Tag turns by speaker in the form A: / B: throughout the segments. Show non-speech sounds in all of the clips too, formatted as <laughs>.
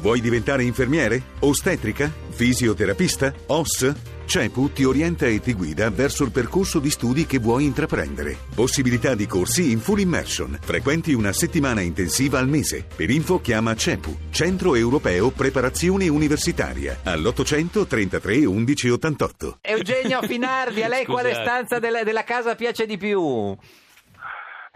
A: Vuoi diventare infermiere? Ostetrica? Fisioterapista? OS? CEPU ti orienta e ti guida verso il percorso di studi che vuoi intraprendere. Possibilità di corsi in full immersion. Frequenti una settimana intensiva al mese. Per info chiama CEPU, Centro Europeo Preparazione Universitaria, all'800 33 11 88.
B: <laughs> Eugenio Finardi, a lei quale
C: Scusate.
B: stanza della, della casa piace di più?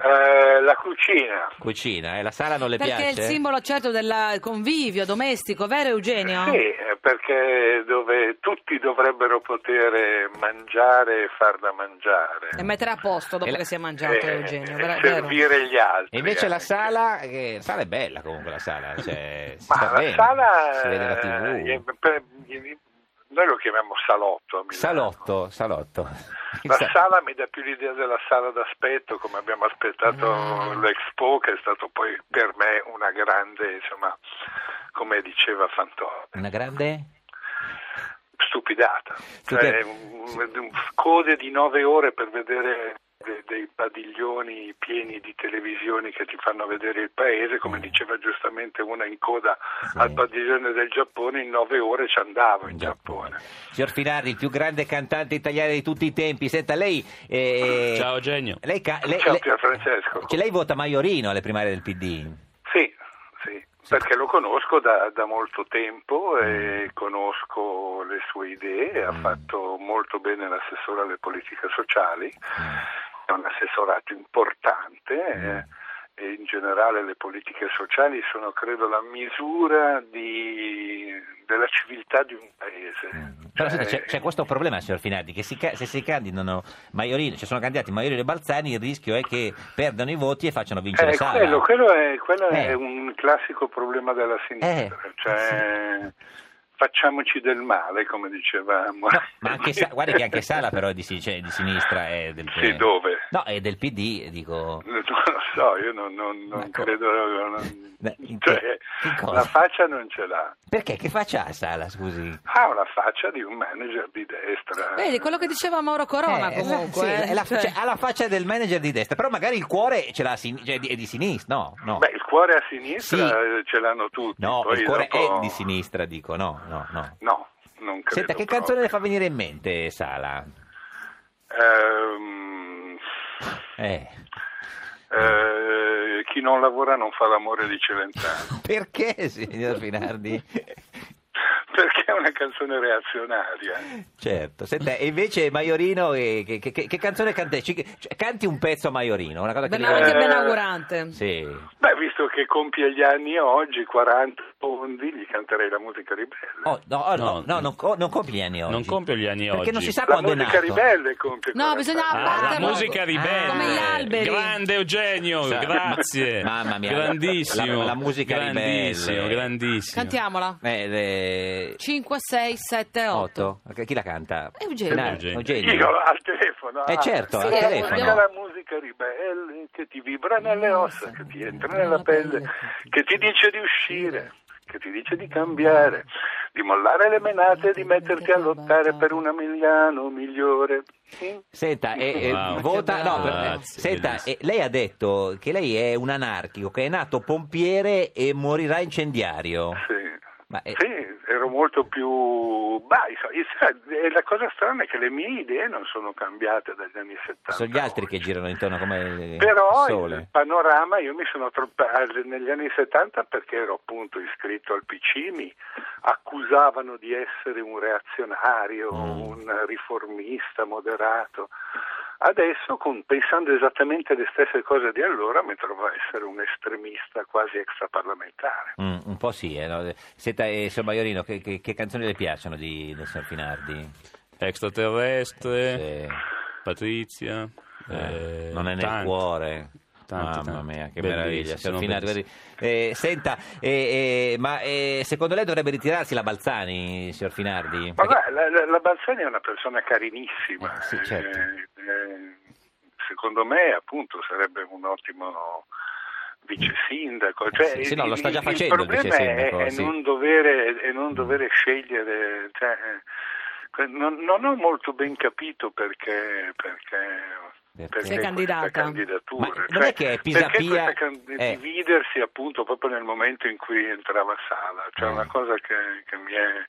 D: Eh, la cucina.
B: Cucina, eh? la sala non le
E: Perché è
B: piace?
E: il simbolo certo del convivio domestico, vero Eugenio?
D: Sì, eh, perché dove tutti dovrebbero poter mangiare e far da mangiare.
E: E mettere a posto dopo
B: E la-
E: che si è mangiato
D: Eh,
E: Eugenio,
D: e
E: vero? vero.
D: servire gli altri. eh.
B: E invece la
D: anche.
B: sala, che la sala è bella comunque la sala, cioè, si sta
D: Ma la
B: bene,
D: sala
B: si vede la
D: eh,
B: tv.
D: per- noi lo chiamiamo salotto. a Milano.
B: Salotto, salotto.
D: La
B: Sa-
D: sala mi dà più l'idea della sala d'aspetto, come abbiamo aspettato
E: Mm.
D: l'Expo, che è stato poi per me una grande, insomma, come diceva Fantoni,
B: Una grande...
D: stupidata.
B: Stupida-
D: Cioè, un- un- code di nove ore per vedere de- dei padiglioni pieni di televisioni che ti fanno vedere il paese, come diceva giustamente una in coda
B: Mm. Sì.
D: al padiglione del Giappone, in nove ore ci andavo in Giappone.
B: Signor Finardi, il più grande cantante italiano di tutti i tempi. Senta, lei... eh,
C: Ciao Eugenio.
B: Lei, ca- lei-
D: Ciao
B: lei-
D: Pierfrancesco.
B: cioè, lei vota Maiorino alle primarie del PD.
D: Sì, sì, perché lo conosco da, da molto tempo e conosco le sue idee,
B: Mm.
D: ha fatto molto bene l'assessore alle politiche sociali,
B: Mm.
D: è un assessorato importante. eh, E in generale le politiche sociali sono credo la misura di- della civiltà di un paese.
B: Mm. Però senta,
D: Cioè,
B: c'è, c'è questo problema, signor Finardi, che si ca- se si candidano Maiorino, ci sono candidati Maiorino e Balzani, il rischio è che perdano i voti e facciano vincere
D: Eh,
B: Sala.
D: quello, quello è, quello
B: Eh.
D: è un classico problema della sinistra,
B: Eh,
D: cioè facciamoci del male, come diceva
B: No, ma anche Sa- guardi che anche Sala però è di, si- cioè, di sinistra è del
D: Sì, dove?
B: No, è del PD, dico.
D: Non lo so, io non, non- non
B: Ma co-
D: credo, non-
B: Ma in
D: cioè,
B: che- che cosa?
D: la faccia non ce l'ha,
B: Perché? Che faccia ha Sala, scusi?
D: ha una faccia di un manager di destra.
E: Vedi, quello che diceva Mauro Corona
B: Eh,
E: comunque.
B: sì,
E: eh.
B: è la-
E: Cioè,
B: cioè, ha la faccia del manager di destra, però magari il cuore ce l'ha a sin- cioè, è di- è di sinistra, no? no.
D: Beh, il cuore a sinistra
B: Sì.
D: eh, ce l'hanno tutti.
B: No,
D: poi
B: il cuore
D: dopo-
B: è di sinistra, dico, no, no, no.
D: No, non credo.
B: Senta, che
D: proprio.
B: canzone le fa venire in mente Sala?
D: Ehm,
B: Eh,
D: eh, chi non lavora non fa l'amore di Celentano. <laughs>
B: perché, signor Finardi?
D: Perché è una canzone reazionaria.
B: certo, senta, e invece Maiorino, eh, che, che- che- che canzone canta? Ci- cioè, canti un pezzo a Maiorino, una cosa Ah, che...
E: ben-
B: le-
E: anche
D: Eh,
E: benaugurante.
B: Sì.
D: Beh, visto che compie gli anni oggi, 40 fondi, gli canterei la musica ribelle.
B: Oh, no, oh, no,
C: No,
B: no, non, co- non compie gli anni oggi.
C: Non compio gli anni
B: Perché
C: oggi.
B: non si sa
D: la
B: quando è
D: musica
B: nato.
D: ribelle compie
E: No,
D: 40
E: bisogna
D: anni.
C: Ah, la
E: Guarda,
C: musica
E: ma-
C: ribelle.
E: come gli alberi.
C: Grande Eugenio,
B: Sa- <laughs>
C: grazie.
B: Mamma mia,
C: Grandissimo.
B: la- la musica
C: grandissimo,
B: ribelle.
C: grandissimo.
E: Cantiamola.
B: Eh, le-
E: 5, 6, 7, 8.
B: 8. Chi la canta?
E: Eugenio.
B: Finardi,
C: Eugenio.
B: Eugenio.
D: Io al telefono.
B: Ah, Eh, certo,
D: ah,
E: al
D: la
E: telefono.
D: musica, La musica ribelle che ti vibra nelle ossa, che ti entra nella pelle, che ti dice di uscire, che ti dice di cambiare, di mollare le menate e di metterti a lottare per un Emiliano migliore. Sì?
B: Senta, e, e
C: Wow.
B: vota,
E: Che
B: no,
E: bravo.
B: per-
C: Grazie,
B: senta
C: bellissimo.
B: e lei ha detto che lei è un anarchico, che è nato pompiere e morirà incendiario.
D: Sì.
B: Ma è-
D: Sì, ero molto più... Bah, insomma, io- sai, e la cosa strana è che le mie idee non sono cambiate dagli anni 70.
B: sono gli altri che girano intorno come il
D: Però il
B: sole.
D: panorama, io mi sono troppato negli anni 70 perché ero appunto iscritto al PC, mi accusavano di essere un reazionario,
B: Mm.
D: un riformista moderato. Adesso, con- pensando esattamente le stesse cose di allora, mi trovo a essere un estremista quasi extraparlamentare.
B: Mm, un po' sì, eh, no? Senta, eh, signor Maiorino, che, che- che canzoni le piacciono di, del signor Finardi?
C: Extraterrestre,
B: Se-
C: Patrizia.
B: eh,
C: eh,
B: non è nel
C: tanti.
B: cuore.
C: Tanti,
B: Mamma
C: tanti.
B: mia, che
C: Bellissimi,
B: meraviglia. signor
C: sono
B: Finardi,
C: bellissimi.
B: guardi- eh, senta, eh, eh, ma eh, secondo lei dovrebbe ritirarsi la Balzani, signor Finardi?
D: Ma
B: Perché-
D: guarda, la, la- la Balzani è una persona carinissima.
B: Eh, sì, certo.
D: Eh, eh, secondo me, appunto, sarebbe un ottimo vice sindaco. Cioè,
B: sì, sì, no,
D: il-
B: lo sta già
D: il-
B: facendo il
D: il problema
B: vicesindaco,
D: è, è
B: sì.
D: non dovere, è non dovere scegliere. cioè, eh, non, non ho molto ben capito perché, perché
B: Perché?
D: perché
E: Si è
D: questa
E: candidata.
D: candidatura. Cioè,
B: Ma dov'è che è
D: Perché
B: Pisapia?
D: questa can-
B: Eh.
D: dividersi appunto proprio nel momento in cui entrava Sala, cioè
B: Eh.
D: una cosa che, che mi è...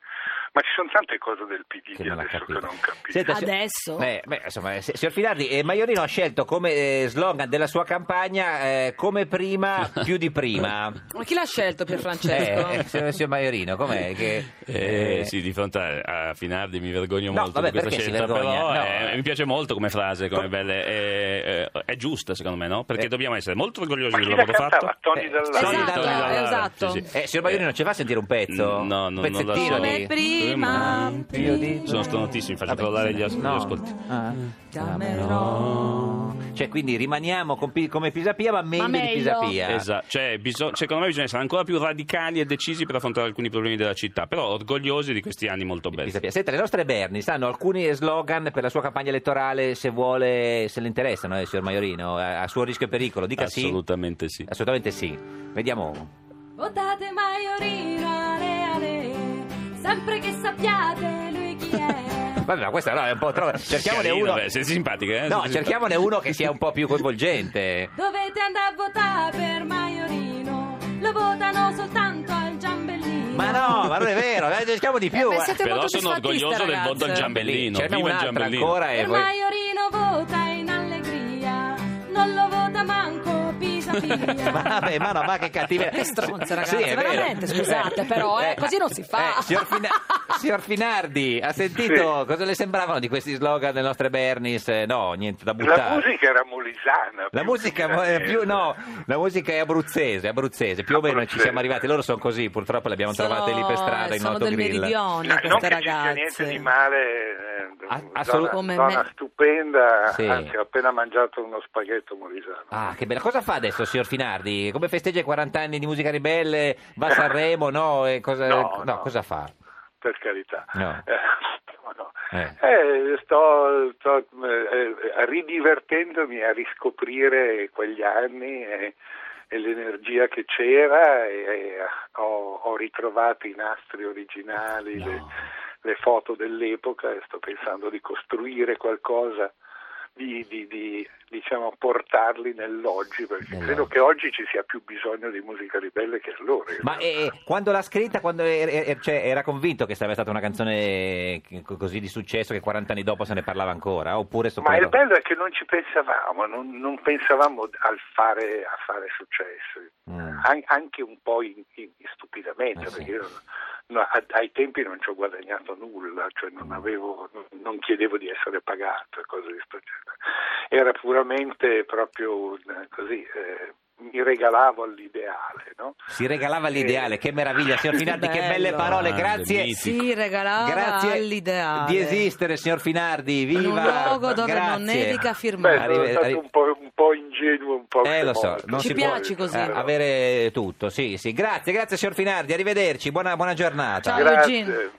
D: Ma ci sono tante cose del PD
B: Che
D: di
B: non ha
D: adesso
B: capito.
D: che non capisco.
B: Senta, si-
E: Adesso?
B: Beh, beh, insomma, eh, si- signor Filardi, eh, Maiorino ha scelto come eh, slogan della sua campagna eh, come
C: <laughs>
B: prima, più di prima.
E: Ma chi l'ha scelto <laughs> Pierfrancesco?
B: Eh, signor, signor Maiorino, com'è che...
C: Eh,
B: eh,
C: sì, di fronte a, a Finardi mi vergogno
B: No,
C: molto
B: vabbè,
C: di questa
B: perché si
C: scelta,
B: vergogna?
C: però
B: No.
C: eh, mi piace molto come frase, come
B: Com-
C: belle, eh, eh, è giusta secondo me, no? Perché
B: Eh.
C: dobbiamo essere molto orgogliosi
D: Ma chi
C: del
D: la
C: lavoro
D: cantava?
C: fatto.
D: Tony
B: Eh,
D: Dall'Asso.
B: Tony
E: Esatto,
B: Dall'Asso.
E: eh, esatto.
C: Sì, sì.
B: Eh, signor Maiorino, ci va a sentire un pezzo?
C: Mm, no, no, non la
B: Pezzettino
C: so.
B: di-
E: Come prima,
B: Più di-
C: Sono stonatissimi, faccio
B: Vabbè.
C: parlare gli as- gli
B: No.
C: ascolti.
B: Ah.
E: Damerò.
B: Cioè, quindi rimaniamo con Pi- come Pisapia, ma meglio,
E: meglio.
B: di Pisapia.
C: Esatto, cioè, biso- secondo me bisogna essere ancora più radicali e decisi per affrontare alcuni problemi della città, però orgogliosi di questi anni molto belli.
B: Pisapia. Senta, le nostre Berni stanno alcuni slogan per la sua campagna elettorale, se vuole, se le interessano, eh, signor Maiorino, a, a suo rischio e pericolo. Dica
C: Assolutamente sì.
B: sì. Assolutamente sì. Vediamo.
F: Votate Maiorino ale ale, sempre che sappiate lui chi
B: <laughs>
F: è.
B: Vabbè, ma questa no, è un po'
C: <laughs>
B: troppo. Cerchiamone
C: Carino,
B: uno.
C: beh, sei simpatica, eh?
B: No,
C: Sei
B: cerchiamone
C: simpatica.
B: uno che sia un po' più coinvolgente.
F: Dovete andare a votare per Maiorino, lo votano soltanto al giambellino.
B: Ma no, ma non è vero, eh, cerchiamo di più.
E: Eh, beh,
B: eh.
E: siete
C: Però
E: molto
C: sono
E: disfattiste,
C: orgoglioso del voto al
E: ragazze.
C: Giambellino.
B: Ce n'è
C: Viva il
B: un'altra
C: Giambellino.
B: ancora e
F: Per
B: voi-
F: Maiorino vota in allegria, non lo vota manco Pisapia.
B: <laughs> Ma vabbè, ma no, ma che cattiveria.
E: Che stronze, ragazzi,
B: è vero.
E: veramente, scusate, però, eh, così non si fa.
B: eh, signor, Fina- signor Finardi, ha sentito cosa le sembravano di questi slogan delle nostre Bernis? Eh, No, niente da buttare.
D: La musica era molisana.
B: La
D: più
B: musica,
D: che
B: è
D: milanese.
B: più, no, la musica è abruzzese, abruzzese, più o meno ci
D: Abruzzese.
B: siamo arrivati, loro sono così, purtroppo le abbiamo trovate lì per strada in
E: sono del
B: autogrill.
E: meridione
D: Ah, non
E: queste
D: che ci sia niente di
E: ragazze.
D: male, eh,
B: A-
D: zona-
B: assolut-
E: Come
D: zona
E: me.
D: stupenda,
B: Sì.
D: anzi ho appena mangiato uno spaghetto molisano.
B: Ah, che bella. Cosa fa adesso, signor Finardi? Come festeggia i 40 anni di musica ribelle? Va a Sanremo? No, E cosa,
D: No, no.
B: cosa fa?
D: per carità.
B: No.
D: Eh, no, no.
B: Eh.
D: Eh, sto sto, eh, eh, ridivertendomi a riscoprire quegli anni e, e l'energia che c'era e, e ho, ho ritrovato i nastri originali, le, le foto dell'epoca e sto pensando di costruire qualcosa. Di, di- di, diciamo portarli nell'oggi perché
B: Nell'oggi.
D: credo che oggi ci sia più bisogno di musica ribelle che allora in
B: Ma
D: realtà.
B: eh, eh, quando l'ha scritta, quando er- er- er- cioè, era convinto che sarebbe stata una canzone che- co- così di successo che 40 anni dopo se ne parlava ancora? Oppure
D: Ma il
B: soprattutto-
D: bello è che non ci pensavamo, non, non pensavamo al fare, a fare successo,
B: Mm.
D: An- anche un po' in- in- stupidamente,
B: Eh sì.
D: perché io no, a- ai tempi non ci ho guadagnato nulla, cioè
B: Mm.
D: non, avevo, non chiedevo di essere pagato, e cose di questo genere. Era puramente proprio eh, così, eh, mi regalavo all'ideale, no? Eh,
B: Si regalava l'ideale, che meraviglia, signor Finardi, che belle
E: Bello.
D: Ah,
B: parole,
C: Grande,
B: grazie.
C: mitico.
E: Si regalava
B: Grazie
E: all'ideale.
B: di esistere, signor Finardi, viva!
E: In un luogo dove
B: Grazie.
E: non nevica firmare.
D: Beh,
B: Arrive-
D: sono stato
B: arrive-
D: un po', un po' ingenuo, un po'
B: Eh, lo so,
D: stolto.
B: non
E: Ci
B: si
E: piace
B: può
E: così.
B: eh, avere tutto, sì, sì. Grazie, grazie signor Finardi, arrivederci, buona, buona giornata.
E: Ciao.
D: Grazie.
E: Luigi.